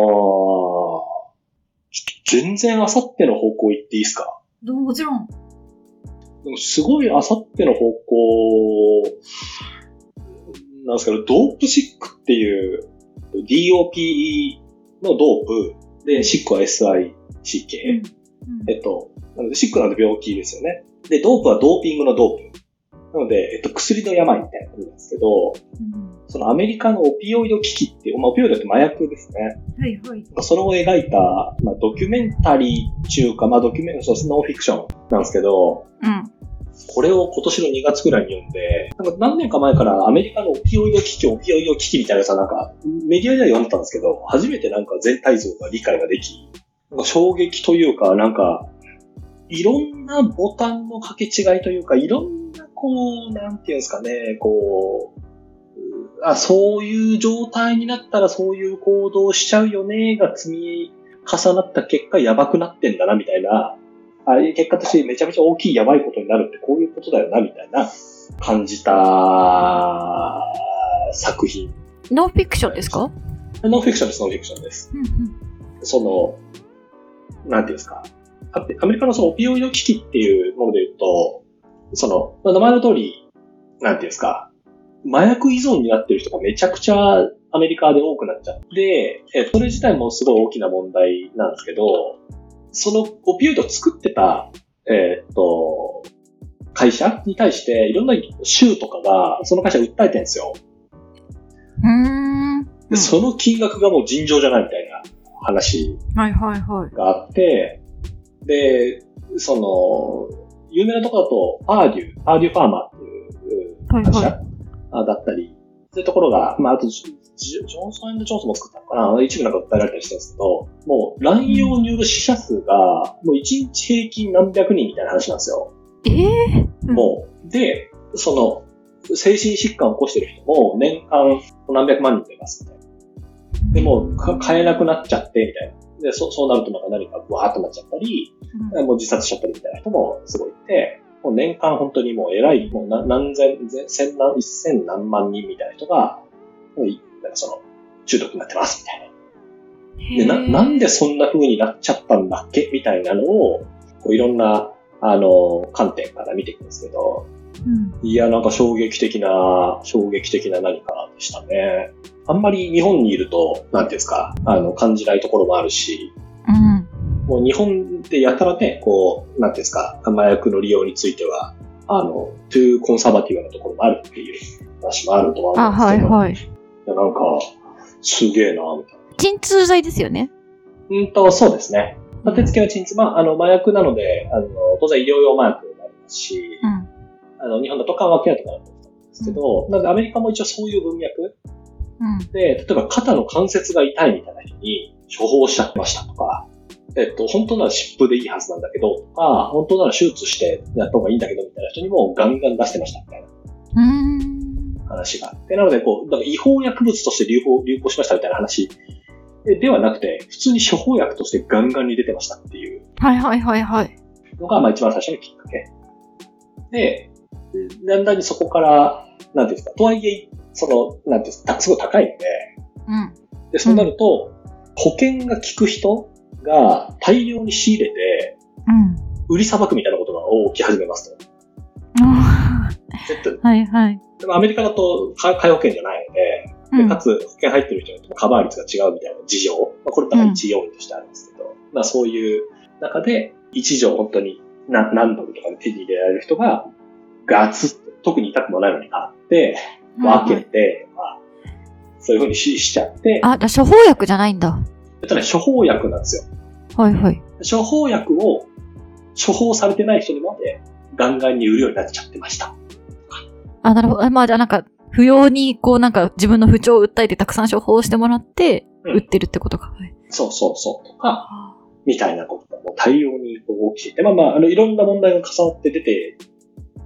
ょ全然あさっての方向行っていいですかどもちろん。でもすごいあさっての方向、なんですかね、ドープシックっていう DOP のドープで、シックは SICK。うんえっと、なのでシックなんで病気ですよね。で、ドープはドーピングのドープ。なので、えっと、薬の病みたいなことなんですけど、うんそのアメリカのオピオイド危機っていう、まあ、オピオイドって麻薬ですね。はいはい。それを描いた、まあ、ドキュメンタリー中か、まあ、ドキュメン、そうです、ノンフィクションなんですけど、うん。これを今年の2月ぐらいに読んで、なんか何年か前からアメリカのオピオイド危機、オピオイド危機みたいなさ、なんかメディアでは読んでたんですけど、初めてなんか全体像が理解ができ、なんか衝撃というか、なんか、いろんなボタンの掛け違いというか、いろんなこう、なんていうんですかね、こう、うあ、そういう状態になったらそういう行動しちゃうよね、が積み重なった結果やばくなってんだな、みたいな。あ結果としてめちゃめちゃ大きいやばいことになるってこういうことだよな、みたいな感じた作品。ノンフィクションですかノンフィクションです、ノンフィクションです。うんうん。その、なんていうんですか。アアメリカのそのオピオイド危機っていうもので言うと、その、まあ名前の通り、なんていうんですか。麻薬依存になってる人がめちゃくちゃアメリカで多くなっちゃって、えそれ自体もすごい大きな問題なんですけど、そのオピオイドを作ってた、えーっと、会社に対していろんな州とかがその会社を訴えてるんですよ。うーん。で、その金額がもう尋常じゃないみたいな話はいはいはい。があって、で、その、有名なとこだと、パーデュー、パーデューファーマーっていうはい会社、はあだったり、そういうところが、まあ、あとジ、ジジョンソンジョンソンも作ったのかな一部なんか訴えられたりしてるんですけど、もう乱用による死者数が、もう1日平均何百人みたいな話なんですよ。ええうんもう、で、その、精神疾患を起こしてる人も年間何百万人出ますみたいな。い。でもうか、買えなくなっちゃって、みたいな。で、そそうなるとなんか何かブワーっとなっちゃったり、うんもう自殺しちゃったりみたいな人もすごいいて、もう年間本当にもう偉い、もうな何千、千千何、一千何万人みたいな人が、もういなんかその、中毒になってますみたいな。で、な、なんでそんな風になっちゃったんだっけみたいなのを、こういろんな、あの、観点から見ていくんですけど、うん。いや、なんか衝撃的な、衝撃的な何かでしたね。あんまり日本にいると、なんていうんですか、あの、感じないところもあるし、うん。もう日本でやたらね、こう、なんていうんですか、麻薬の利用については、あの、トゥーコンサバティブなところもあるっていう話もあるとはあ、思うんはですいけど、いやはい。なんか、すげえな、みたい鎮痛剤ですよね。な。うんと、そうですね。立て付けは鎮痛、まあ、あの、麻薬なので、あの、当然医療用麻薬もありますし、うんあの、日本だと緩和ケアとかだと思うんですけど、なのでアメリカも一応そういう文脈うん。で、例えば肩の関節が痛いみたいな人に処方しちゃってましたとか、えっと、本当なら湿布でいいはずなんだけどとか、本当なら手術してやった方がいいんだけどみたいな人にもガンガン出してましたみたいなうん。話があって、なのでこう、なんか違法薬物として流行流行しましたみたいな話でではなくて、普通に処方薬としてガンガンに出てましたっていうはいはいはいはい。のが、まあ一番最初のきっかけ。で、だんだんにそこから、なんていうんですか、とはいえ、その、なんていうんですか、すごい高いので、うんで、そうなると、保険が効く人が大量に仕入れて、うん。売りさばくみたいなことが起き始めますと。あ絶対ー はいはい。でもアメリカだと、か介護保険じゃないので、うでんかつ保険入ってる人によってもカバー率が違うみたいな事情、まあ、これなんか一要因としてあるんですけど、まあそういう中で、一錠本当に何何ドルとかで手に入れられる人が、ガツッと、特に痛くもないのに買って、分けて、まあ、そういうふうにししちゃって、あ、だ処方薬じゃないんだ。えっとね、処方薬なんですよ。はいはい。処方薬を処方されてない人にまでガンガンに売るようになっちゃってました。あ、なるほど。あまあ、じゃあなんか、不要に、こうなんか自分の不調を訴えてたくさん処方してもらって、うん売ってるってことか。はいそうそうそうとか、みたいなことがもう大量にこう起きていて、まあまあ、あの、いろんな問題が重なって出て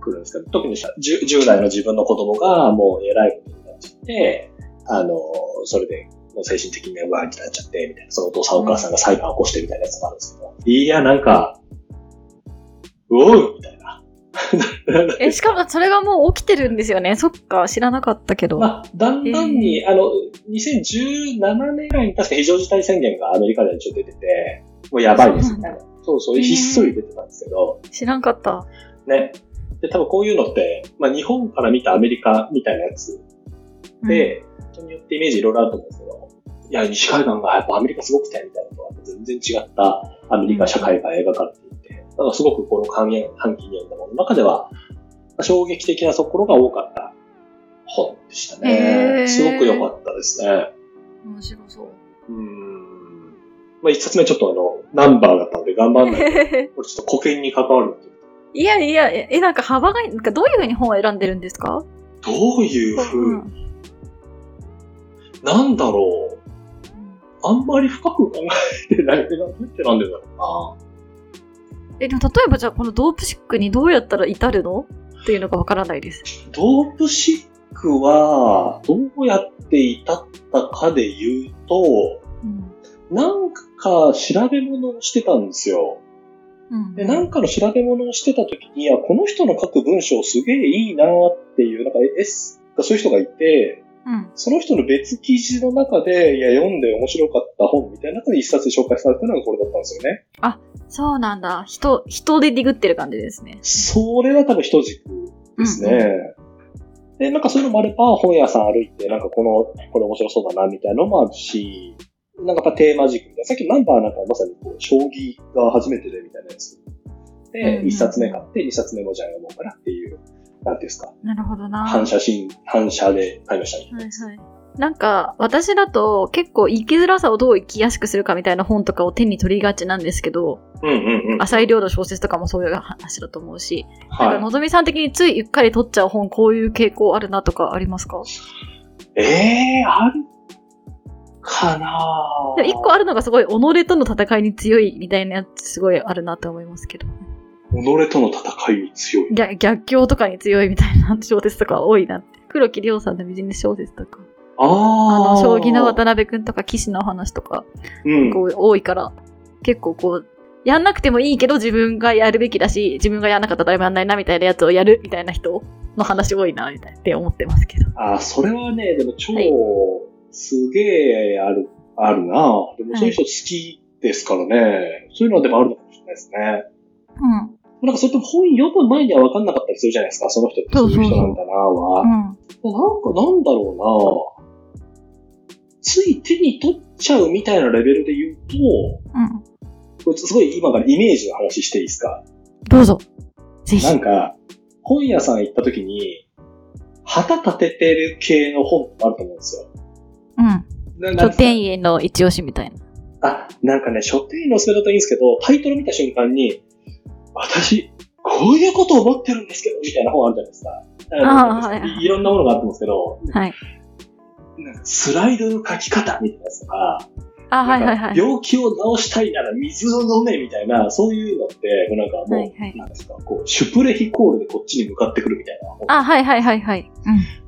くるんですけど、特にさ 10, 10代の自分の子供がもう偉いことになっちゃって、あの、それで、もう精神的に不安になっちゃって、みたいな、そのお父さんお母さんが裁判を起こしてみたいなやつもあるんですけど、いや、なんか、うおうみたいな。 え、しかもそれがもう起きてるんですよね。そっか、知らなかったけど。まあ、だんだんに、あの、2017年ぐらいに確か非常事態宣言がアメリカで一応出てて、もうやばいですみたいな。そうそう、へーひっそり出てたんですけど、知らんかった。ね。で、多分こういうのって、まあ日本から見たアメリカみたいなやつで、人によってイメージいろいろあると思うんですけど、いや、西海岸がやっぱアメリカすごくて、みたいなのは全然違ったアメリカ社会が描かれていて、だからすごくこの半期半期に読んだものの中では、衝撃的なところが多かった本でしたへーね。すごく良かったですね。うん面白そう。 うーん。まあ一冊目ちょっとあの、ナンバーだったので頑張ん ないと。これちょっと古典に関わるのでいやいや、え、えなんか幅が、なんかどういうふうに本を選んでるんですかどういう風に、んなんだろう。あんまり深く考えてない。なんてなんでだろえ、でも例えばじゃあこのドープシックにどうやったら至るのっていうのがわからないです。うな。ドープシックは、どうやって至ったかで言うと、うん。なんか調べ物をしてたんですよ。うんで、なんかの調べ物をしてた時に、あ、この人の書く文章すげえいいなっていう、なんかエッセイそういう人がいて、うん。その人の別記事の中で、いや、読んで面白かった本みたいな中で一冊紹介されたのがこれだったんですよね。そうなんだ。人、人でディグってる感じですね。それは多分一軸ですね。で、なんかそういうのもあれば、本屋さん歩いて、なんかこの、これ面白そうだな、みたいなのもあるし、なんかやっぱテーマ軸みたいな。さっきナンバーなんかまさにこう、将棋が初めてで、みたいなやつ。うんで、うん一冊目買って、二冊目もじゃあ読もうかなっていう、なんていうんですか、なるほどな。反射心、反射で買いましたね。はいはい。なんか、私だと結構生きづらさをどう生きやすくするかみたいな本とかを手に取りがちなんですけど、うんうんうん。浅井亮の小説とかもそういう話だと思うし、なんかはのぞみさん的についうっかり取っちゃう本、こういう傾向あるなとかありますかい。ええー、あるかなでも一個あるのがすごい、己との戦いに強いみたいなやつすごいあるなと思いますけど。己との戦いに強い。逆逆境とかに強いみたいな小説とか多いなって。黒木涼さんのビジネス小説とか、あああの、将棋の渡辺くんとか棋士の話とか、うんこう多いから、結構こう、やんなくてもいいけど自分がやるべきだし、自分がやんなかったら誰もやんないなみたいなやつをやるみたいな人の話多いな、みたいなって思ってますけど。あ、それはね、でも超、はいすげえある、あるなでもそういう人好きですからね。そういうのはでもあるのかもしれないですね。うん。なんかそれとも本読む前には分かんなかったりするじゃないですか。その人ってそういう人なんだなは。うん。なんかなんだろうなつい手に取っちゃうみたいなレベルで言うと、うん。これすごい今からイメージの話していいですかどうぞ。ぜひ。なんか、本屋さん行った時に、旗立ててる系の本ってあると思うんですよ。うん。ななん書ですか店員の一押しみたいな。あ、なんかね、書店員のおすすめだといいんですけど、タイトル見た瞬間に、私、こういうこと思ってるんですけど、みたいな本あるじゃないですか。あーなんかはいいろんなものがあってますけど、はい。なんかスライドの書き方みたいなやつとか、あ、はいはいなはんい。か病気を治したいなら水を飲めみたいな、そういうのって、こうなんかもう、はいはいなんですか、こう、シュプレヒコールでこっちに向かってくるみたいな本。あ、はいはいはいはい。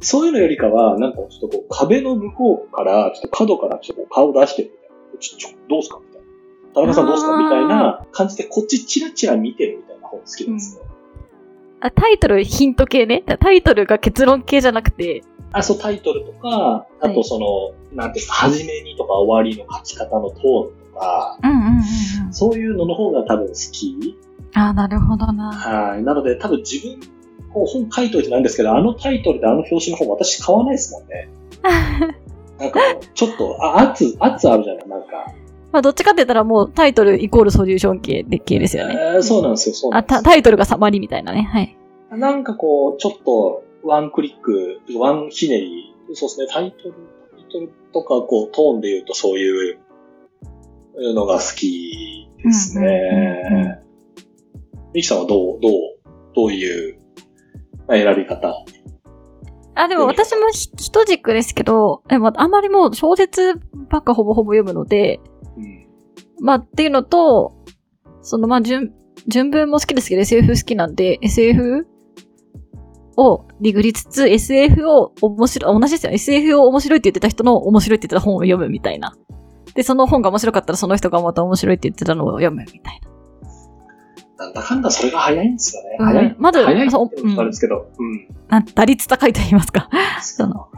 そういうのよりかは、なんかちょっとこう、壁の向こうから、ちょっと角からちょっとこう顔出してるみたいな。ちょ、ちょ、どうすかみたいな。田中さんどうすあかーみたいな感じで、こっちチラチラ見てるみたいな本好きなんですよ。あタイトルヒント系ね。タイトルが結論系じゃなくて。あ、そう、タイトルとか、あとその、なんていうんですか、始めにとか終わりの書き方のトーンとか、うん。うん。そういうのの方が多分好き。ああ、なるほどな。はい。なので、多分自分、こう本書いといてなんですけど、あのタイトルであの表紙の本私買わないですもんね。なんか、ちょっと、あ、圧、圧あるじゃないなんか。まあ、どっちかって言ったらもうタイトルイコールソリューション系で系ですよね。えーそうなんですよ、そうなあんですたよ。タイトルがサマリみたいなね。はい。なんかこう、ちょっと、ワンクリック、ワンひねり、そうですね、タイトル、タイトルとか、こう、トーンで言うとそういうのが好きですうんうんうんね。ミキさんはどう、どう、どういうまあ選び方あ、でも私もひ一軸ですけど、でもあんまりもう小説ばっかほぼほぼ読むので、うん。まあっていうのと、そのまあ順、順文も好きですけど SF 好きなんで、SF をディグりつつ、SF を面白い、同じですよね。SF を面白いって言ってた人の面白いって言ってた本を読むみたいな。で、その本が面白かったらその人がまた面白いって言ってたのを読むみたいな。なんだかんだそれが早いんですよね。うん早い。まず、早いってそう言うとあれうんですけど。うん。な打率高いと言いますか。その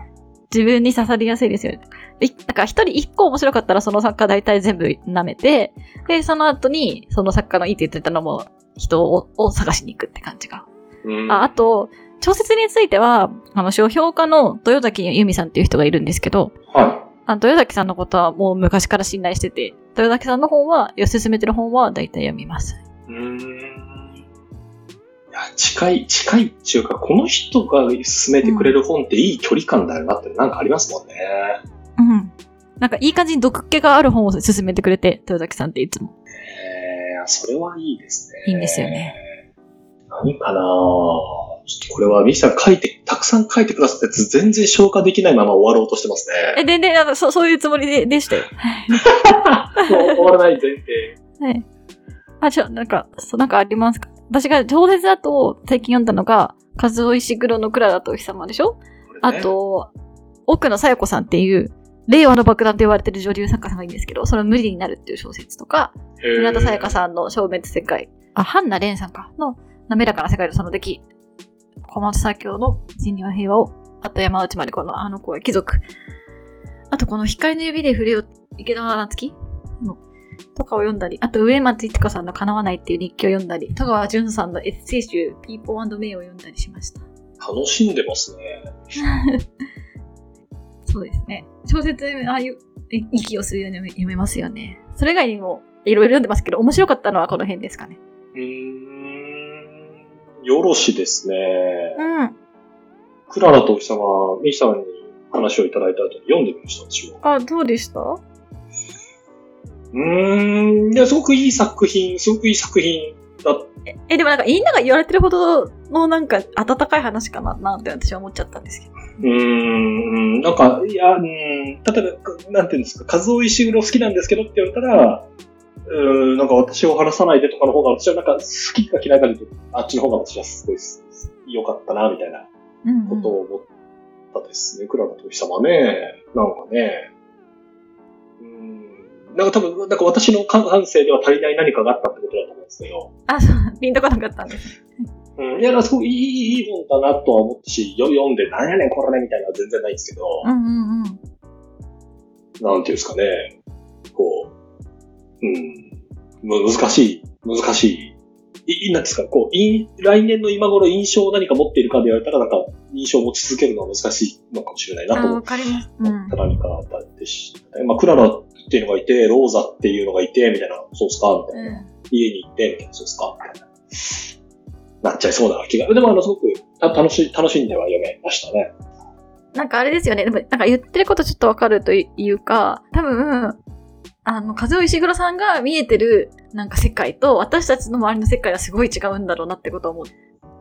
自分に刺さりやすいですよね。いなんか一人一個面白かったらその作家大体全部舐めて、で、その後にその作家のいいって言ってたのも人をを探しに行くって感じが。うん、ああと、小説については、あの、書評家の豊崎由美さんっていう人がいるんですけど、はあの豊崎さんのことはもう昔から信頼してて、豊崎さんの本は、よすすめてる本は大体読みます。い。うーん。いや、近い、近いっていうか、この人が勧めてくれる本っていい距離感だよなって、なんかありますもんね。うん。なんかいい感じに毒気がある本を勧めてくれて、豊崎さんっていつも。えー、それはいいですね。いいんですよね。何かなぁちょっとこれは、ミキさん書いて、たくさん書いてくださったやつ、全然消化できないまま終わろうとしてますえ、ね。で、で、あのそそういうつもりででしたよ。もう終わらない前提。はい。あ、ちょ、なんか、そう、なんかありますか私が小説だと最近読んだのが、数尾石黒の蔵だとお日様でしょ、あと、奥野小夜子さんっていう、令和の爆弾と言われてる女流作家さんがいいんですけど、その無理になるっていう小説とか、へー、村田沙耶香さんの消滅世界、あ、ハンナレンさんか、の滑らかな世界のその敵、小松左京の人類は平和を、あと山内まりこのあの子は貴族、あとこの光の指で触れよ、池田夏樹のとかを読んだり、あと上松いつこさんの叶わないっていう日記を読んだり、戸川淳さんのエッセイ集、ピーポーメイを読んだりしました。楽しんでますね。 そうですね。小説、ああいうえ息をするように読め読めますよね。それ以外にも、いろいろ読んでますけど、面白かったのはこの辺ですかね。うーん。よろしですね。うん。クララとお日様、ミキさんに話をいただいた後に読んでみました、私は。あ、どうでしたうーん。いや、すごくいい作品、すごくいい作品だっえ、でもなんか、みんなが言われてるほどのなんか、温かい話かな、なんて私は思っちゃったんですけど。うーん、なんか、いや、うーん、例えば、なんていうんですか、数尾石黒好きなんですけどって言われたら、うーん、なんか私を話さないでとかの方が、私はなんか好きか嫌いかで言うと、あっちの方が私はすごい良かったな、みたいなうん、ことを思ったですね。クララとお日様ね、なんかね。うーん、なんか多分、なんか私の感性では足りない何かがあったってことだと思うんですけど。あ、そう、 ピンとこなかったんです。うん、いや、すごくいい、いい本だなとは思ったし、よ読んで、なんやねん、これね、みたいなのは全然ないんですけど、んうんうん。なんていうんですかね、こう、うん、む難しい、難しい。いいいなんですか、こう、い来年の今頃印象を何か持っているかで言われたら、なんか、印象を持ち続けるのは難しいのかもしれないなと思っかります。た何かだったでしたね。まあ、クララっていうのがいて、ローザっていうのがいて、みたいな、そうっすかみたいな。家に行って、みたいな、そうっすかみたいな。なっちゃいそうな気が。でも、あの、すごく、た楽しい、楽しんでは読めましたね。なんかあれですよね。でも、なんか言ってることちょっとわかるというか、多分、あの、風尾石黒さんが見えてる、なんか世界と、私たちの周りの世界はすごい違うんだろうなってことを思う。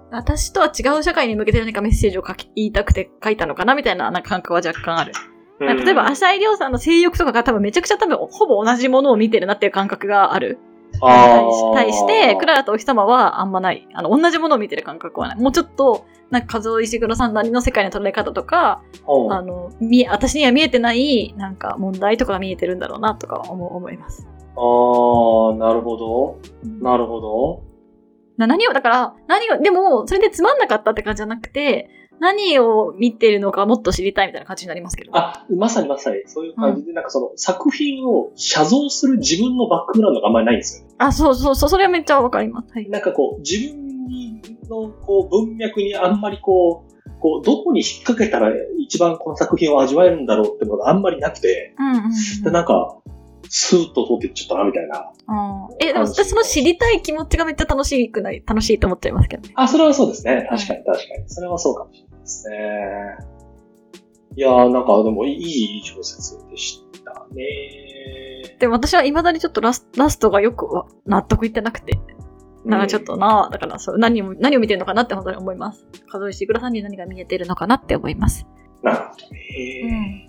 私とは違う社会に向けて何かメッセージを書き、言いたくて書いたのかなみたいな、なんか感覚は若干ある。なんか例えば、うん浅井亮さんの性欲とかが多分めちゃくちゃ多分、ほぼ同じものを見てるなっていう感覚がある。あー対し対して、クララとお日様はあんまない。あの、同じものを見てる感覚はない。もうちょっと、なんか、数尾石黒さんなりの世界の捉え方とか、うんあの、見え、私には見えてない、なんか問題とかが見えてるんだろうなとか思う思います。ああ、なるほど。なるほど。な何を、だから、何を、でも、それでつまんなかったって感じじゃなくて、何を見てるのかもっと知りたいみたいな感じになりますけど。あ、まさにまさに、そういう感じで、なんかその作品を写像する自分のバックグラウンドがあんまりないんですよね。あ、そうそうそう、それはめっちゃわかります。はい。なんかこう、自分のこう文脈にあんまりこう、こうどこに引っ掛けたら一番この作品を味わえるんだろうってものがあんまりなくて、うんうん、うん。でなんか、スーッと通っていっちゃったな、みたいな。え、でも私その知りたい気持ちがめっちゃ楽しくない、楽しいと思っちゃいますけどね。あ、それはそうですね。確かに確かに。それはそうかもしれないですね。いやー、なんかでもいい小説でしたね。でも私は未だにちょっとラスラストがよくわ納得いってなくて、なんかちょっとな、だからそう何を何を見てるのかなって本当に思います。数石倉さんに何が見えてるのかなって思います。なるほどね。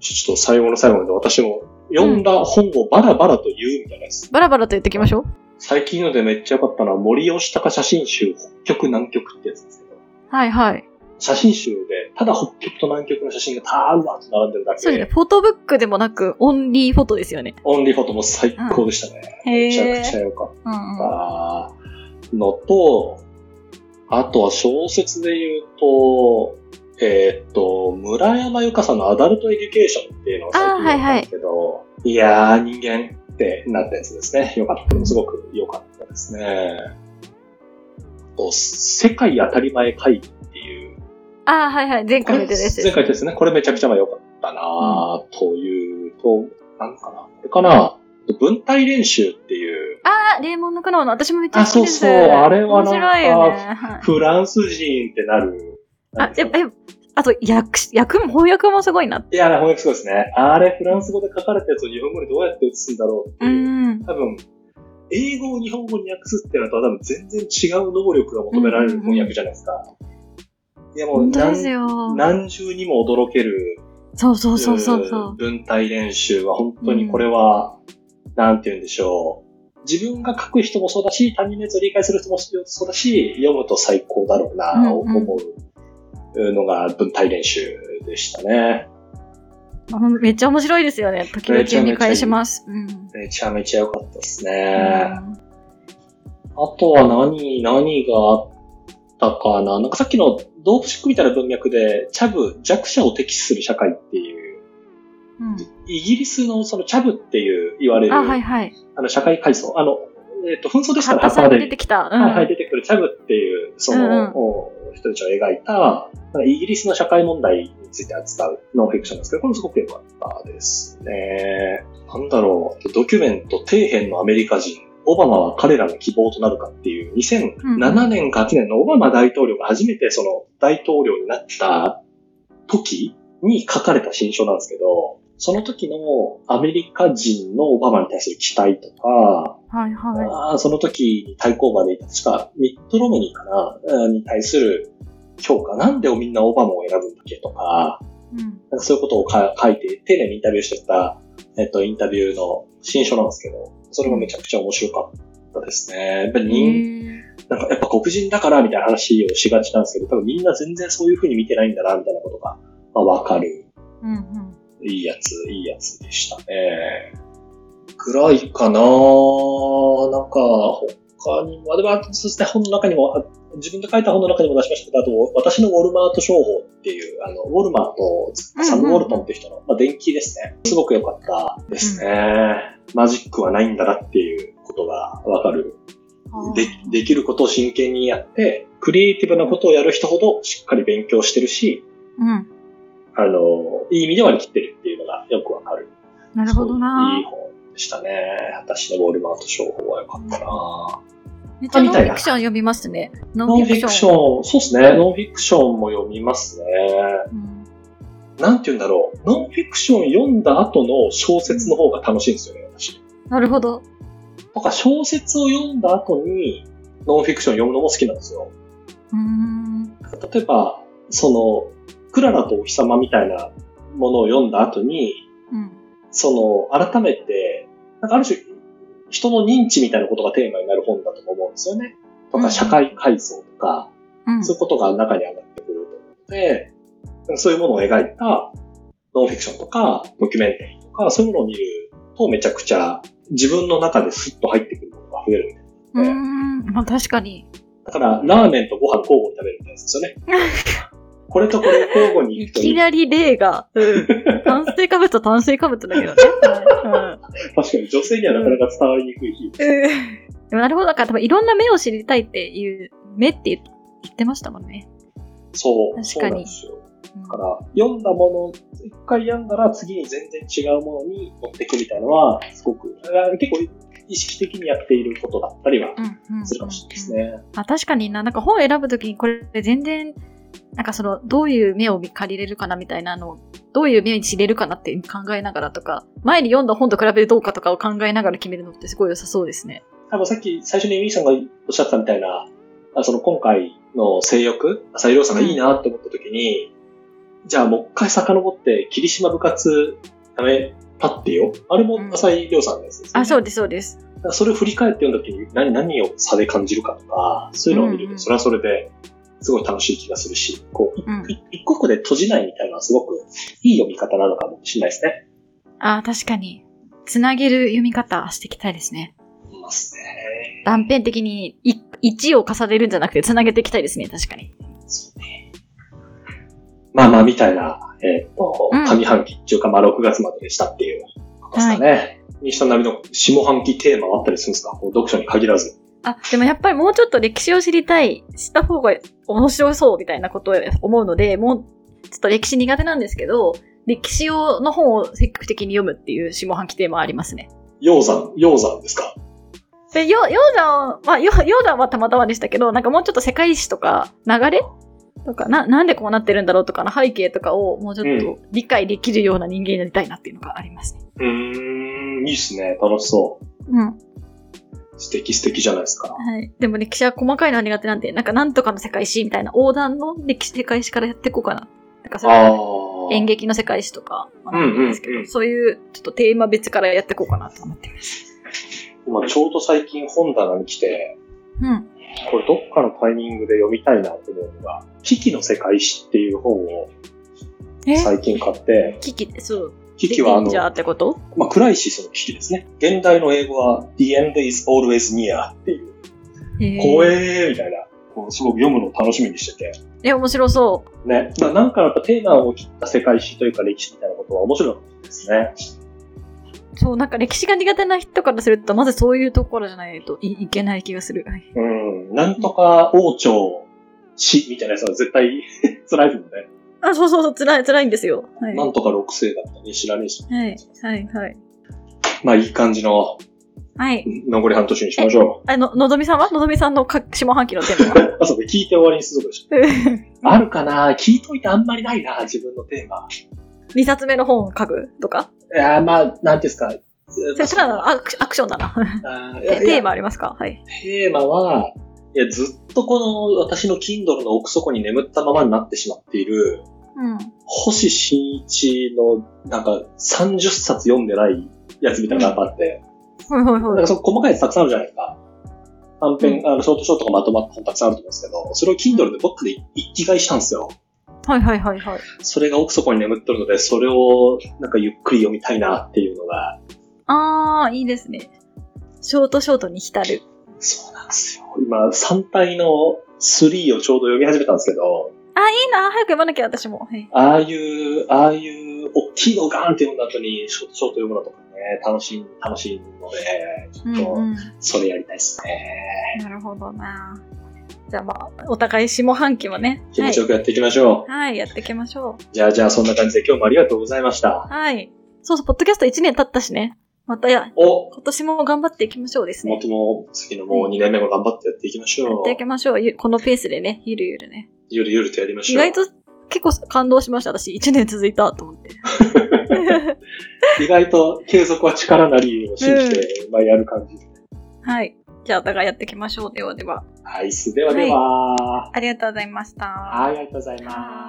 ちょっと最後の最後まで私も読んだ本をバラバラと言うみたいなやつ。バラバラと言ってきましょう。最近のでめっちゃ良かったのは森吉高写真集北極南極ってやつですけど、はいはい。写真集で、ただ北極と南極の写真がたーんわーっと並んでるだそうけですね。で、フォトブックでもなく、オンリーフォトですよね。オンリーフォトも最高でしたね。めちゃへくちえ。ゃ良かっうんうん。たのと、あとは小説で言うと、えーっと、村山由佳さんのアダルトエデュケーションっていうのが最近あー読んはいだんはいですけど、いやー、人間ってなったやつですね。よかった。すごく良かったですね。あと、世界当たり前会議っていうああ、はいはい。前回の出たやつです前回ですね。これめちゃくちゃまあ良かったなあというと、なんかな。これかな。文体練習っていう、ああ、レーモンの苦悩の私もめっちゃ好きです。あそうそうあれはなんか面白いよね。はいフランス人ってなる。あ、でも、え、あと、訳し、訳も、翻訳もすごいな。いや、翻訳そうですね。あれ、フランス語で書かれたやつを日本語にどうやって写すんだろうってういう。ん。多分、英語を日本語に訳すっていうのとは多分全然違う能力が求められる翻訳じゃないですか。いや、もう本当です何、よ。何重にも驚けるそうそうそうそうそうう。ん文体練習は本当にこれは、なんて言うんでしょう。自分が書く人もそうだし、他人のやつを理解する人もそうだし、読むと最高だろうな、うんうん思うのが文体練習でしたね。あのめっちゃ面白いですよね。時々めちゃめちゃいい見返します。うん。めちゃめちゃ良かったですね。あとは何、何があったかな。なんかさっきの動物シックみたいな文脈で、チャブ、弱者を敵視する社会っていう、うんイギリスのそのチャブっていう言われる、あ、はいはい。あの、社会階層、あの、えっ、と、紛争でしたハらッタさ旗で、ん出てきた。うん。はいはい、出てくるチャブっていう、その、うんうんお人たちを描いた、イギリスの社会問題について扱うノンフィクションなんですけど、これもすごく良かったですね。なんだろう、ドキュメント底辺のアメリカ人、オバマは彼らの希望となるかっていう、2007年か8年のオバマ大統領が初めてその大統領になった時に書かれた新書なんですけど、その時のアメリカ人のオバマに対する期待とか、はいはあーその時、対抗馬でいた、確か、ミッドロムニーかな、うんに対する評価、なんでみんなオバマを選ぶんだっけとか、い。うん。なんかそういうことをか書いて、丁寧にインタビューしてた、えっと、インタビューの新書なんですけど、それもめちゃくちゃ面白かったですね。やっぱり人、なんかやっぱ黒人だからみたいな話をしがちなんですけど、多分みんな全然そういう風に見てないんだな、みたいなことが、まあ、わかるうんうん。いいやつ、いいやつでしたね。ぐらいかななんか、他にも、あでも、あとそうですね、本の中にも、あ自分で書いた本の中にも出しましたけど、あと、私のウォルマート商法っていう、あの、ウォルマートを作ったサム・ウォルトンっていう人の、まあ、電気ですね。すごく良かったですね。マジックはないんだなっていうことがわかる。で、できることを真剣にやって、クリエイティブなことをやる人ほどしっかり勉強してるし、うん。あの、いい意味で割り切ってるっていうのがよくわかる。なるほどいいな。本でしたね。私のウォルマート商法は良かったな、めっちゃノンフィクション読みますね。ノノンンフフィィククシション。ョン、そうですね。ノンフィクションも読みますね。うんなんて言うんだろう。ノンフィクション読んだ後の小説の方が楽しいんですよね、私。なるほど。とか、小説を読んだ後に、ノンフィクション読むのも好きなんですよ。うーん。例えば、その、クララとお日様みたいなものを読んだ後に、うん。その、改めて、なんかある種、人の認知みたいなことがテーマになる本だと思うんですよね。とうか、ん社会階層とか、うん。そういうことが中に上がってくると思うので、そういうものを描いたノンフィクションとか、ドキュメンタリーとか、そういうものを見るとめちゃくちゃ自分の中でスッと入ってくるものが増える。うーん。まあ確かに。だから、ラーメンとご飯交互に食べるみたいなやつですよ ね。これとこれ交互にい行くときなり例が、 うん、炭水化物と炭水化物だけどね。うん確かに女性にはなかなか伝わりにくい日でもなるほど。だから多分いろんな目を知りたいっていう、目って言ってましたもんね。そう。確そうかなんにですよ。うんだから、読んだもの、一回読んだら次に全然違うものに持っていくみたいなのは、すごく、だから結構意識的にやっていることだったりはうんうん。するかもしれないですね。あ確かにな、なんか本を選ぶときにこれ全然、なんかその、どういう目を借りれるかなみたいなのを、どういう目に知れるかなって考えながらとか、前に読んだ本と比べてどうかとかを考えながら決めるのってすごい良さそうですね。多分さっき最初にミーさんがおっしゃったみたいな、あその今回の性欲、浅井亮さんがいいなって思った時に、じゃあもう一回遡って、霧島部活やめたってよ。あれも浅井亮さんのやつです、ねあ、そうです、そうです。だからそれを振り返って読んだ時に何、何を差で感じるかとか、そういうのを見ると、うんうんそれはそれですごい楽しい気がするし、こう、うん。い一個一個で閉じないみたいなのはすごくいい読み方なのかもしれないですね。ああ、確かに。つなげる読み方していきたいですね。いますね。断片的に1を重ねるんじゃなくて繋げていきたいですね、確かに。そうね。まあまあ、みたいな、えっ、と、うん上半期っていうか、まあ6月まででしたっていうことですかね。西田なりの下半期テーマはあったりするんですかこう読書に限らず。あ、でもやっぱりもうちょっと歴史を知りたい、した方が面白そうみたいなことを思うので、もうちょっと歴史苦手なんですけど、歴史をの本を積極的に読むっていう下半期テーマありますね。鷹山、鷹山ですかで、よ、ヨーダンは、ヨヨーダンはたまたまでしたけど、なんかもうちょっと世界史とか流れとか、な、なんでこうなってるんだろうとかの背景とかをもうちょっと理解できるような人間になりたいなっていうのがありますね。うーん、いいっすね。楽しそう。うん。素敵素敵じゃないですか。はい。でも歴史は細かいのは苦手なんで、なんかなんとかの世界史みたいな横断の歴史世界史からやっていこうかな。なんかそああれ。演劇の世界史とか、まあうんうんうんなんですけど、そういうちょっとテーマ別からやっていこうかなと思ってます。今ちょうど最近本棚に来て、うん。これどっかのタイミングで読みたいなと思うのが、危機の世界史っていう本をえ最近買って、危機、そう。危機はあのじ、ゃあってことまあ、クライシスの危機ですね。現代の英語は The end is always near っていう、怖えー。えーみたいな、こうすごく読むのを楽しみにしてて。え、面白そう。ね。まあ、なんかやっぱテーマを切った世界史というか歴史みたいなことは面白いかもしれないですね。そう、なんか歴史が苦手な人からすると、まずそういうところじゃないといいけない気がする。はいうん。なんとか王朝史みたいなやつは絶対 辛いですもんね。あ、そうそうそう、辛い、辛いんですよ。はい。なんとか六世だったね、知らねえし。はい、はい、はい。まあいい感じのはい。残り半年にしましょあの、のぞみさんはのぞみさんのか下半期のテーマはう。あ、そうか、聞いて終わりにするとかし 2あるかな聞いといてあんまりないな、自分のテーマ。冊目の本を書くとかいやー、まあ、なんていうんですか。それそれはアクシアクションだな。あーいやテいやテーマありますかはい。テーマは、いや、ずっとこの私の Kindle の奥底に眠ったままになってしまっている、うん。星新一の、なんか、30冊読んでないやつみたいなのがあって、はいはいなんはかい。その細かいやつたくさんあるじゃないですか。短編、あの、ショートショートがまとまった本たくさんあると思うんですけど、それを Kindle でどっかで一気買いしたんですよ。はいはいはいはい。それが奥底に眠っとるので、それをなんかゆっくり読みたいなっていうのが、あー、いいですね。ショートショートに浸る。そうなんですよ。今、3体の3をちょうど読み始めたんですけど、いいな、早く読まなきゃ私も。はい、ああいう、ああいう、大きいのをガーンって読んだ後に、ショートショート読むのとかね、楽しい、楽しいので、ちうんょっと、うん。それやりたいですね。なるほどな。じゃあまあ、お互い下半期もね。気持ちよはくやっていきましょう。い。はい、やっていきましょじゃあ、じゃあ、そんな感じで今日もありがとうございましう。た。はい。そうそう、ポッドキャスト1年経ったしね。またや、お、今年も頑張っていきましょうですもねっ。とも、次のもう2年目も頑張ってやっていきましやょっていきう。ましょう。ゆこのペースでね、ゆるゆるね。ゆるゆるとやりまし意ょう。外と結構感動しました、私。1年続いたと思って。 意外と継続は力なりを信じて、まあやる感じ。はい。じゃあ、お互いやっていきましょう。ではでは。はい、ではでは、ありがとうございました。はい、ありがとうございます。